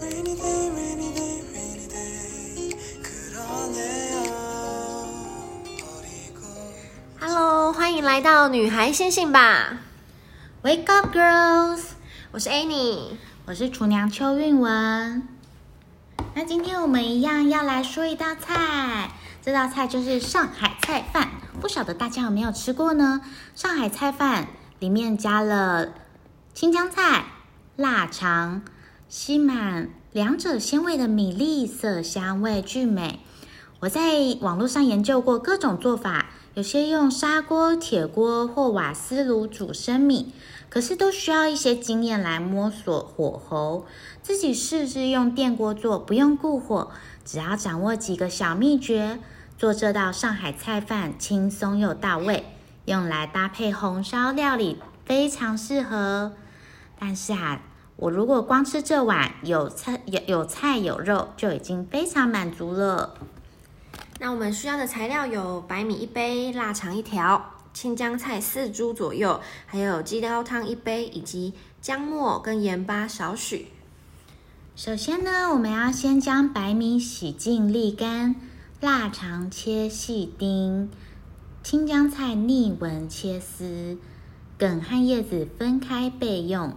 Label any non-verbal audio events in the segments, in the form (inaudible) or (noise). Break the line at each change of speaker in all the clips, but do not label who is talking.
rainy day, rainy day, rainy day. 그러네요. 버리고.
Hello，欢迎来到女孩先信吧，Wake up girls，我是 Annie。
我是厨娘邱韵文。那今天我们一样要来说一道菜，这道菜就是上海菜饭。不晓得大家有没有吃过呢？上海菜饭里面加了青江菜、腊肠、吸满两者鲜味的米粒，色香味俱美。我在网络上研究过各种做法，有些用砂锅、铁锅或瓦斯炉煮生米，可是都需要一些经验来摸索火候。自己试试用电锅做，不用顾火，只要掌握几个小秘诀，做这道上海菜饭轻松又到位，用来搭配红烧料理非常适合。但是啊，我如果光吃这碗有菜有有菜有肉，就已经非常满足了。
那我们需要的材料有白米一杯、腊肠一条、青江菜四株左右，还有鸡煲汤一杯，以及姜末跟盐巴少许。
首先呢，我们要先将白米洗净沥干，腊肠切细丁，青江菜逆纹切丝，梗和叶子分开备用。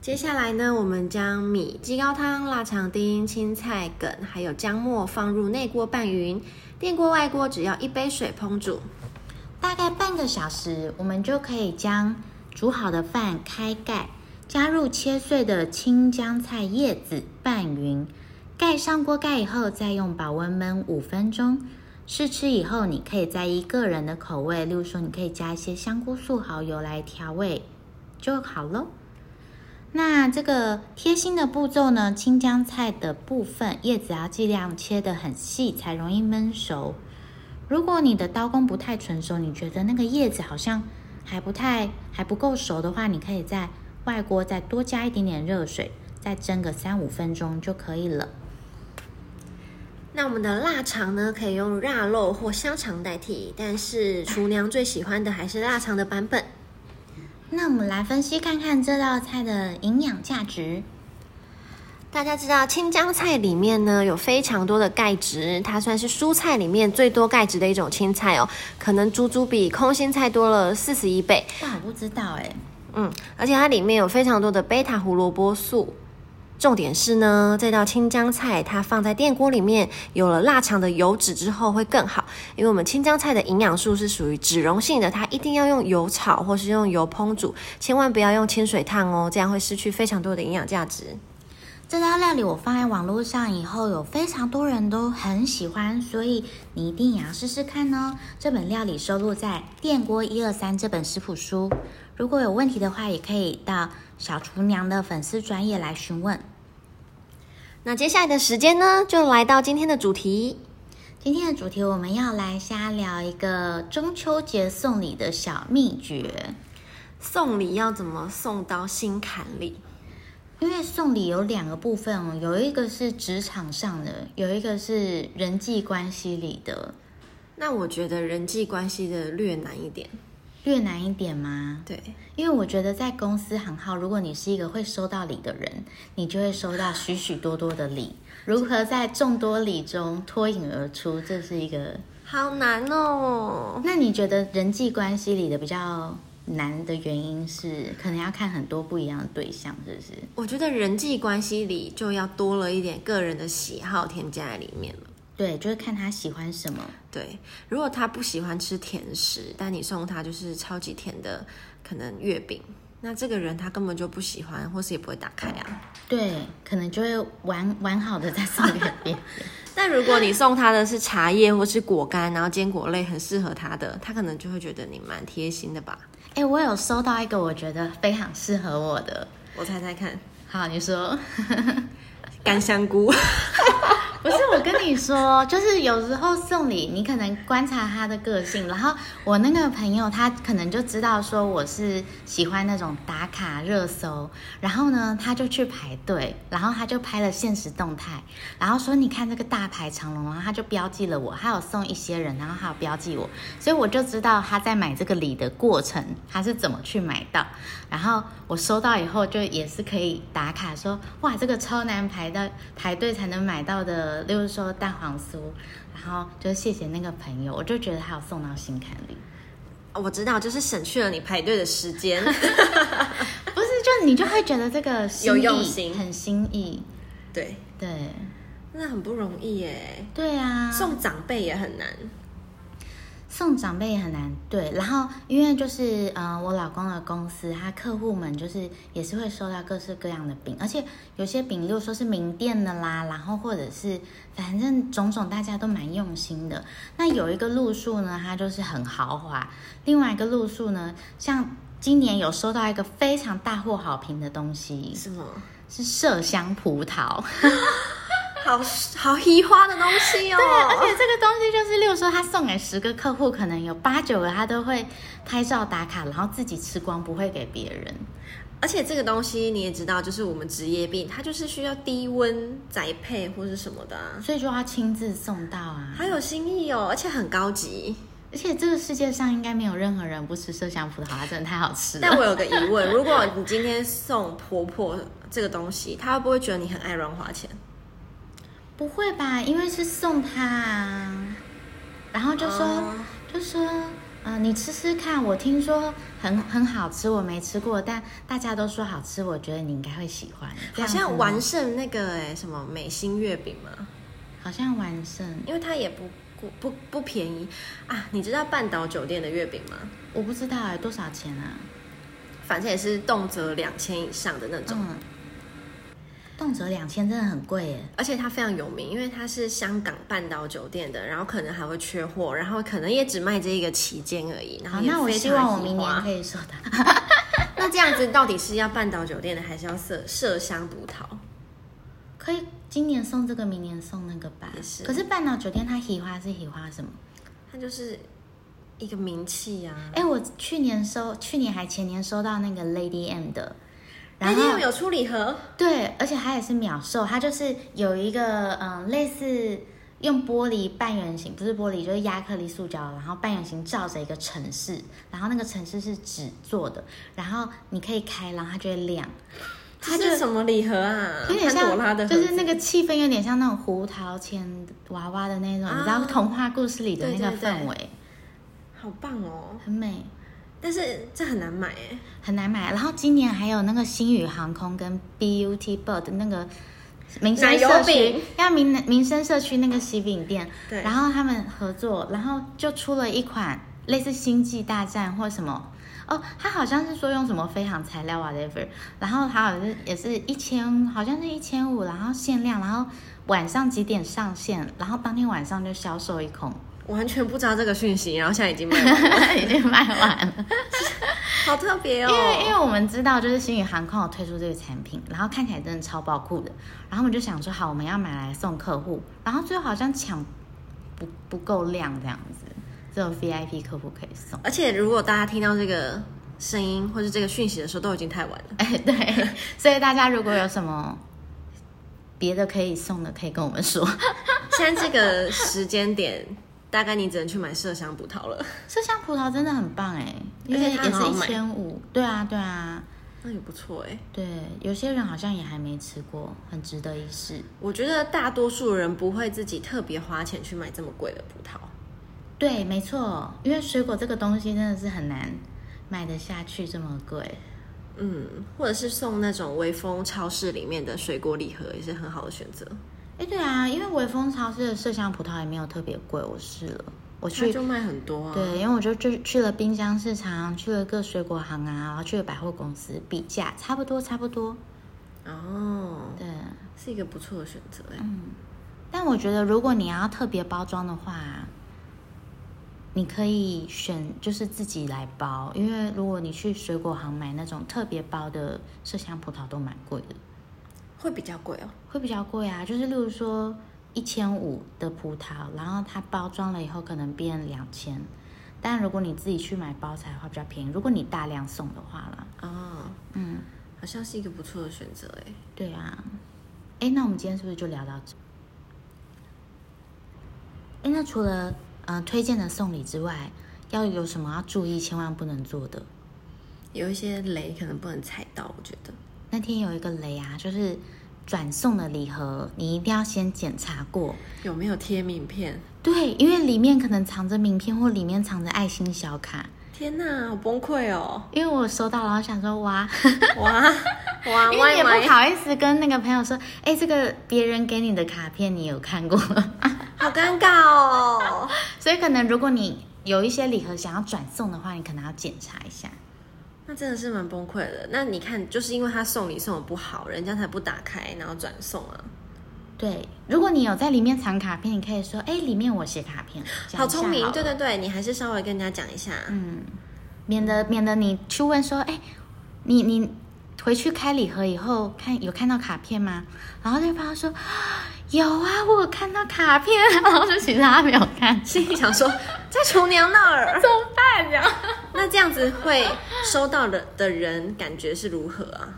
接下来呢，我们将米、鸡高汤、腊肠丁、青菜梗还有姜末放入内锅拌匀，电锅、外锅只要一杯水烹煮。
大概半个小时，我们就可以将煮好的饭开盖，加入切碎的青江菜叶子拌匀，盖上锅盖以后，再用保温焖五分钟。试吃以后，你可以再依个人的口味，例如说你可以加一些香菇素、蚝油来调味，就好喽。那这个贴心的步骤呢，青江菜的部分叶子要尽量切得很细，才容易焖熟。如果你的刀工不太纯熟，你觉得那个叶子好像还不太还不够熟的话，你可以在外锅再多加一点点热水，再蒸个三五分钟就可以了。
那我们的腊肠呢，可以用腊肉或香肠代替，但是厨娘最喜欢的还是腊肠的版本。
那我们来分析看看这道菜的营养价值。
大家知道青江菜里面呢有非常多的钙质，它算是蔬菜里面最多钙质的一种青菜哦，可能足足比空心菜多了四十一倍。
哇，我不知道哎、
嗯，而且它里面有非常多的贝塔胡萝卜素。重点是呢，这道青江菜它放在电锅里面，有了腊肠的油脂之后会更好，因为我们青江菜的营养素是属于脂溶性的，它一定要用油炒或是用油烹煮，千万不要用清水烫哦，这样会失去非常多的营养价值。
这道料理我放在网络上以后，有非常多人都很喜欢，所以你一定也要试试看哦。这本料理收录在《电锅一二三》这本食谱书，如果有问题的话，也可以到小厨娘的粉丝专业来询问。
那接下来的时间呢，就来到今天的主题。
今天的主题我们要来瞎聊一个中秋节送礼的小秘诀，
送礼要怎么送到心坎里？
因为送礼有两个部分哦，有一个是职场上的，有一个是人际关系里的，
那我觉得人际关系的略难一点。
略难一点吗？
对，
因为我觉得在公司行号，如果你是一个会收到礼的人，你就会收到许许多多的礼。如何在众多礼中脱颖而出，这是一个。
好难哦。
那你觉得人际关系里的比较难的原因是，可能要看很多不一样的对象，是不是？
我觉得人际关系里就要多了一点个人的喜好添加在里面了。
对，就是看他喜欢什么。
对，如果他不喜欢吃甜食，但你送他就是超级甜的，可能月饼，那这个人他根本就不喜欢，或是也不会打开啊。
对，可能就会完完好的再送给别 (laughs) 人。
但如果你送他的是茶叶或是果干，然后坚果类很适合他的，他可能就会觉得你蛮贴心的吧。
哎，我有收到一个我觉得非常适合我的。
我猜猜看，
好，你说。
干香菇。
不是我跟你说， (laughs) 就是有时候送礼，你可能观察他的个性，然后我那个朋友他可能就知道说我是喜欢那种打卡热搜，然后呢他就去排队，然后他就拍了现实动态，然后说你看这个大排长龙，然后他就标记了我，还有送一些人，然后还有标记我，所以我就知道他在买这个礼的过程他是怎么去买到，然后我收到以后就也是可以打卡说哇这个超难排到排队才能买到的，例如说蛋黄酥，然后就谢谢那个朋友，我就觉得他有送到心坎里。
(laughs) 我知道，就是省去了你排队的时间。
(laughs) 不是，就你就会觉得这个心
有
意
用心
很心意，
(laughs) 对，
对，
那很不容易耶。
对啊，
送长辈也很难，
送长辈也很难，对。然后因为就是呃，我老公的公司，他客户们就是也是会收到各式各样的饼，而且有些饼，例如说是名店的啦，然后或者是反正种种，大家都蛮用心的。那有一个路数呢，它就是很豪华；另外一个路数呢，像今年有收到一个非常大获好评的东西，
什么
是麝香葡萄。 (laughs)
好好移花的东西哦。
对，而且这个东西就是，例如说他送给十个客户，可能有八九个他都会拍照打卡，然后自己吃光，不会给别人。
而且这个东西你也知道，就是我们职业病，它就是需要低温栽培或是什么的啊，
所以就要亲自送到啊！
好有心意哦，而且很高级。
而且这个世界上应该没有任何人不吃麝香葡萄，它真的太好吃
但
了。
我有个疑问，如果你今天送婆婆这个东西，她会不会觉得你很爱乱花钱？
不会吧？因为是送他啊，然后就说、
哦
就说，嗯、你吃吃看，我听说很很好吃，我没吃过，但大家都说好吃，我觉得你应该会喜欢。这
(laughs) 好
样子
像
吗
完胜那个哎、什么美心月饼嘛，
好像完胜。
因为它也不不不不便宜啊。你知道半岛酒店的月饼吗？
我不知道哎、多少钱啊？
反正也是动辄两千以上的那种，
嗯，动辄两千真的很贵耶。
而且它非常有名，因为它是香港半岛酒店的，然后可能还会缺货，然后可能也只卖这一个期间而已。然
好，
后也
那我
非
希
常
望我
喜
明
欢
年可以收到。
(laughs)
(laughs)
那这样子到底是要半岛酒店的，还是要麝麝香葡萄？
可以今年送这个，明年送那个吧。
也是
可是半岛酒店它喜花是喜花什么？
嗯它就是一个名气啊。
哎，我去年收，去年还前年收到那个 Lady M 的，然
那
后
天有有出礼盒，
对，而且它也是秒售，它就是有一个嗯类似用玻璃半圆形，不是玻璃就是亚克力塑胶，然后半圆形罩着一个城市，然后那个城市是纸做的，然后你可以开，然后它就会亮，它
它
就
就是什么礼盒啊？
有点
潘朵拉的
像，
盒子，
就是那个气氛有点像那种胡桃钳娃娃的那种，你知道
啊
童话故事里的那个
对对
氛
对
围，
好棒哦！
很美。
但是这很难买哎。
很难买。然后今年还有那个星宇航空跟 Beauty Bird 那个民生社
奶油
区
饼，
要民民生社区那个喜饼店，
对
然后他们合作，然后就出了一款类似星际大战或什么。哦，它好像是说用什么飞航材料 whatever，然后它好像是也是一千，好像是一千五，然后限量，然后晚上几点上线，然后当天晚上就销售一空， (laughs)
我完全不知道这个讯息，然后现在已经 (laughs) 卖完了，
已经卖完了。
好特别哦！
因为因为我们知道，就是星宇航空有推出这个产品，然后看起来真的超爆酷的，然后我们就想说，好，我们要买来送客户，然后最后好像抢不不够量这样子，只有 VIP 客户可以送。 (laughs)
而且如果大家听到这个声音或是这个讯息的时候，都已经太晚了。
哎，对，所以大家如果有什么别的可以送的，可以跟我们说。 (laughs)
现在这个时间点，大概你只能去买麝香葡萄了。
麝香葡萄真的很棒哎，因
而
为
且它
也是
很好
一
买
千五，对啊对啊，
那也不错哎。
对，有些人好像也还没吃过，很值得一试。
我觉得大多数人不会自己特别花钱去买这么贵的葡萄。
对，没错，因为水果这个东西真的是很难买得下去这么贵。
嗯，或者是送那种微风超市里面的水果礼盒也是很好的选择。
哎，对啊，因为微风超市的麝香葡萄也没有特别贵，我试了，我
它
去。
就卖很多啊。
对，因为我就去去了冰箱市场，去了各水果行啊，然后去了百货公司比价，差不多差不多。
哦，
对，
是一个不错的选择哎。
但我觉得如果你要特别包装的话，你可以选就是自己来包，因为如果你去水果行买那种特别包的麝香葡萄都蛮贵的。
会比较贵哦。
会比较贵啊，就是例如说一一千五的葡萄，然后它包装了以后可能变两千，但如果你自己去买包材的话比较便宜，如果你大量送的话啦，
哦，
嗯，
好像是一个不错的选择哎。
对啊，哎，那我们今天是不是就聊到这？哎，那除了呃推荐的送礼之外，要有什么要注意千万不能做的？
有一些雷可能不能踩到，我觉得。
那天有一个雷啊，就是转送的礼盒，你一定要先检查过。
有没有贴名片？
对，因为里面可能藏着名片或里面藏着爱心小卡。
天哪，好崩溃哦！
因为我收到了，我想说哇， (laughs)
哇哇，
因为也
歪歪
不，好意思跟那个朋友说，哎，这个别人给你的卡片你有看过吗？ (laughs)
好尴尬哦。
所以可能如果你有一些礼盒想要转送的话，你可能要检查一下。
那真的是蛮崩溃的。那你看，就是因为他送礼送的不好，人家才不打开，然后转送啊。
对，如果你有在里面藏卡片，你可以说，哎，里面我写卡片，讲
好
一下
聪明，
了
对对对，你还是稍微跟人家讲一下。
嗯，免得免得你去问说，哎，你你回去开礼盒以后看有看到卡片吗？然后对方说有啊，我有看到卡片，啊 (laughs) 然后就其实他没有看，
(laughs) 心里想说，在厨娘那
(laughs)
儿。
怎么办呀？
那这样子会收到的的人感觉是如何啊？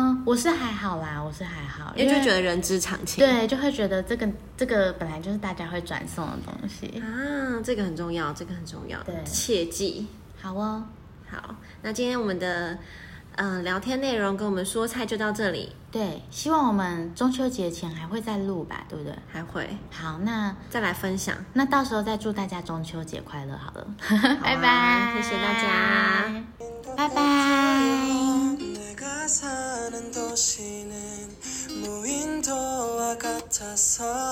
嗯，我是还好啦，我是还好，
因为就觉
得
得人之常情。
对，就会觉得这个这个本来就是大家会转送的东西。
啊，这个很重要，这个很重要，
对
切记。
好哦，
好，那今天我们的嗯、呃聊天内容跟我们说菜就到这里，
对，希望我们中秋节前还会再录吧，对不对？
还会
好，那
再来分享。
那到时候再祝大家中秋节快乐 (laughs) 好了，拜
啊
拜，
谢谢大家，
拜拜。
내가 사는 도시는 무인도와 같아서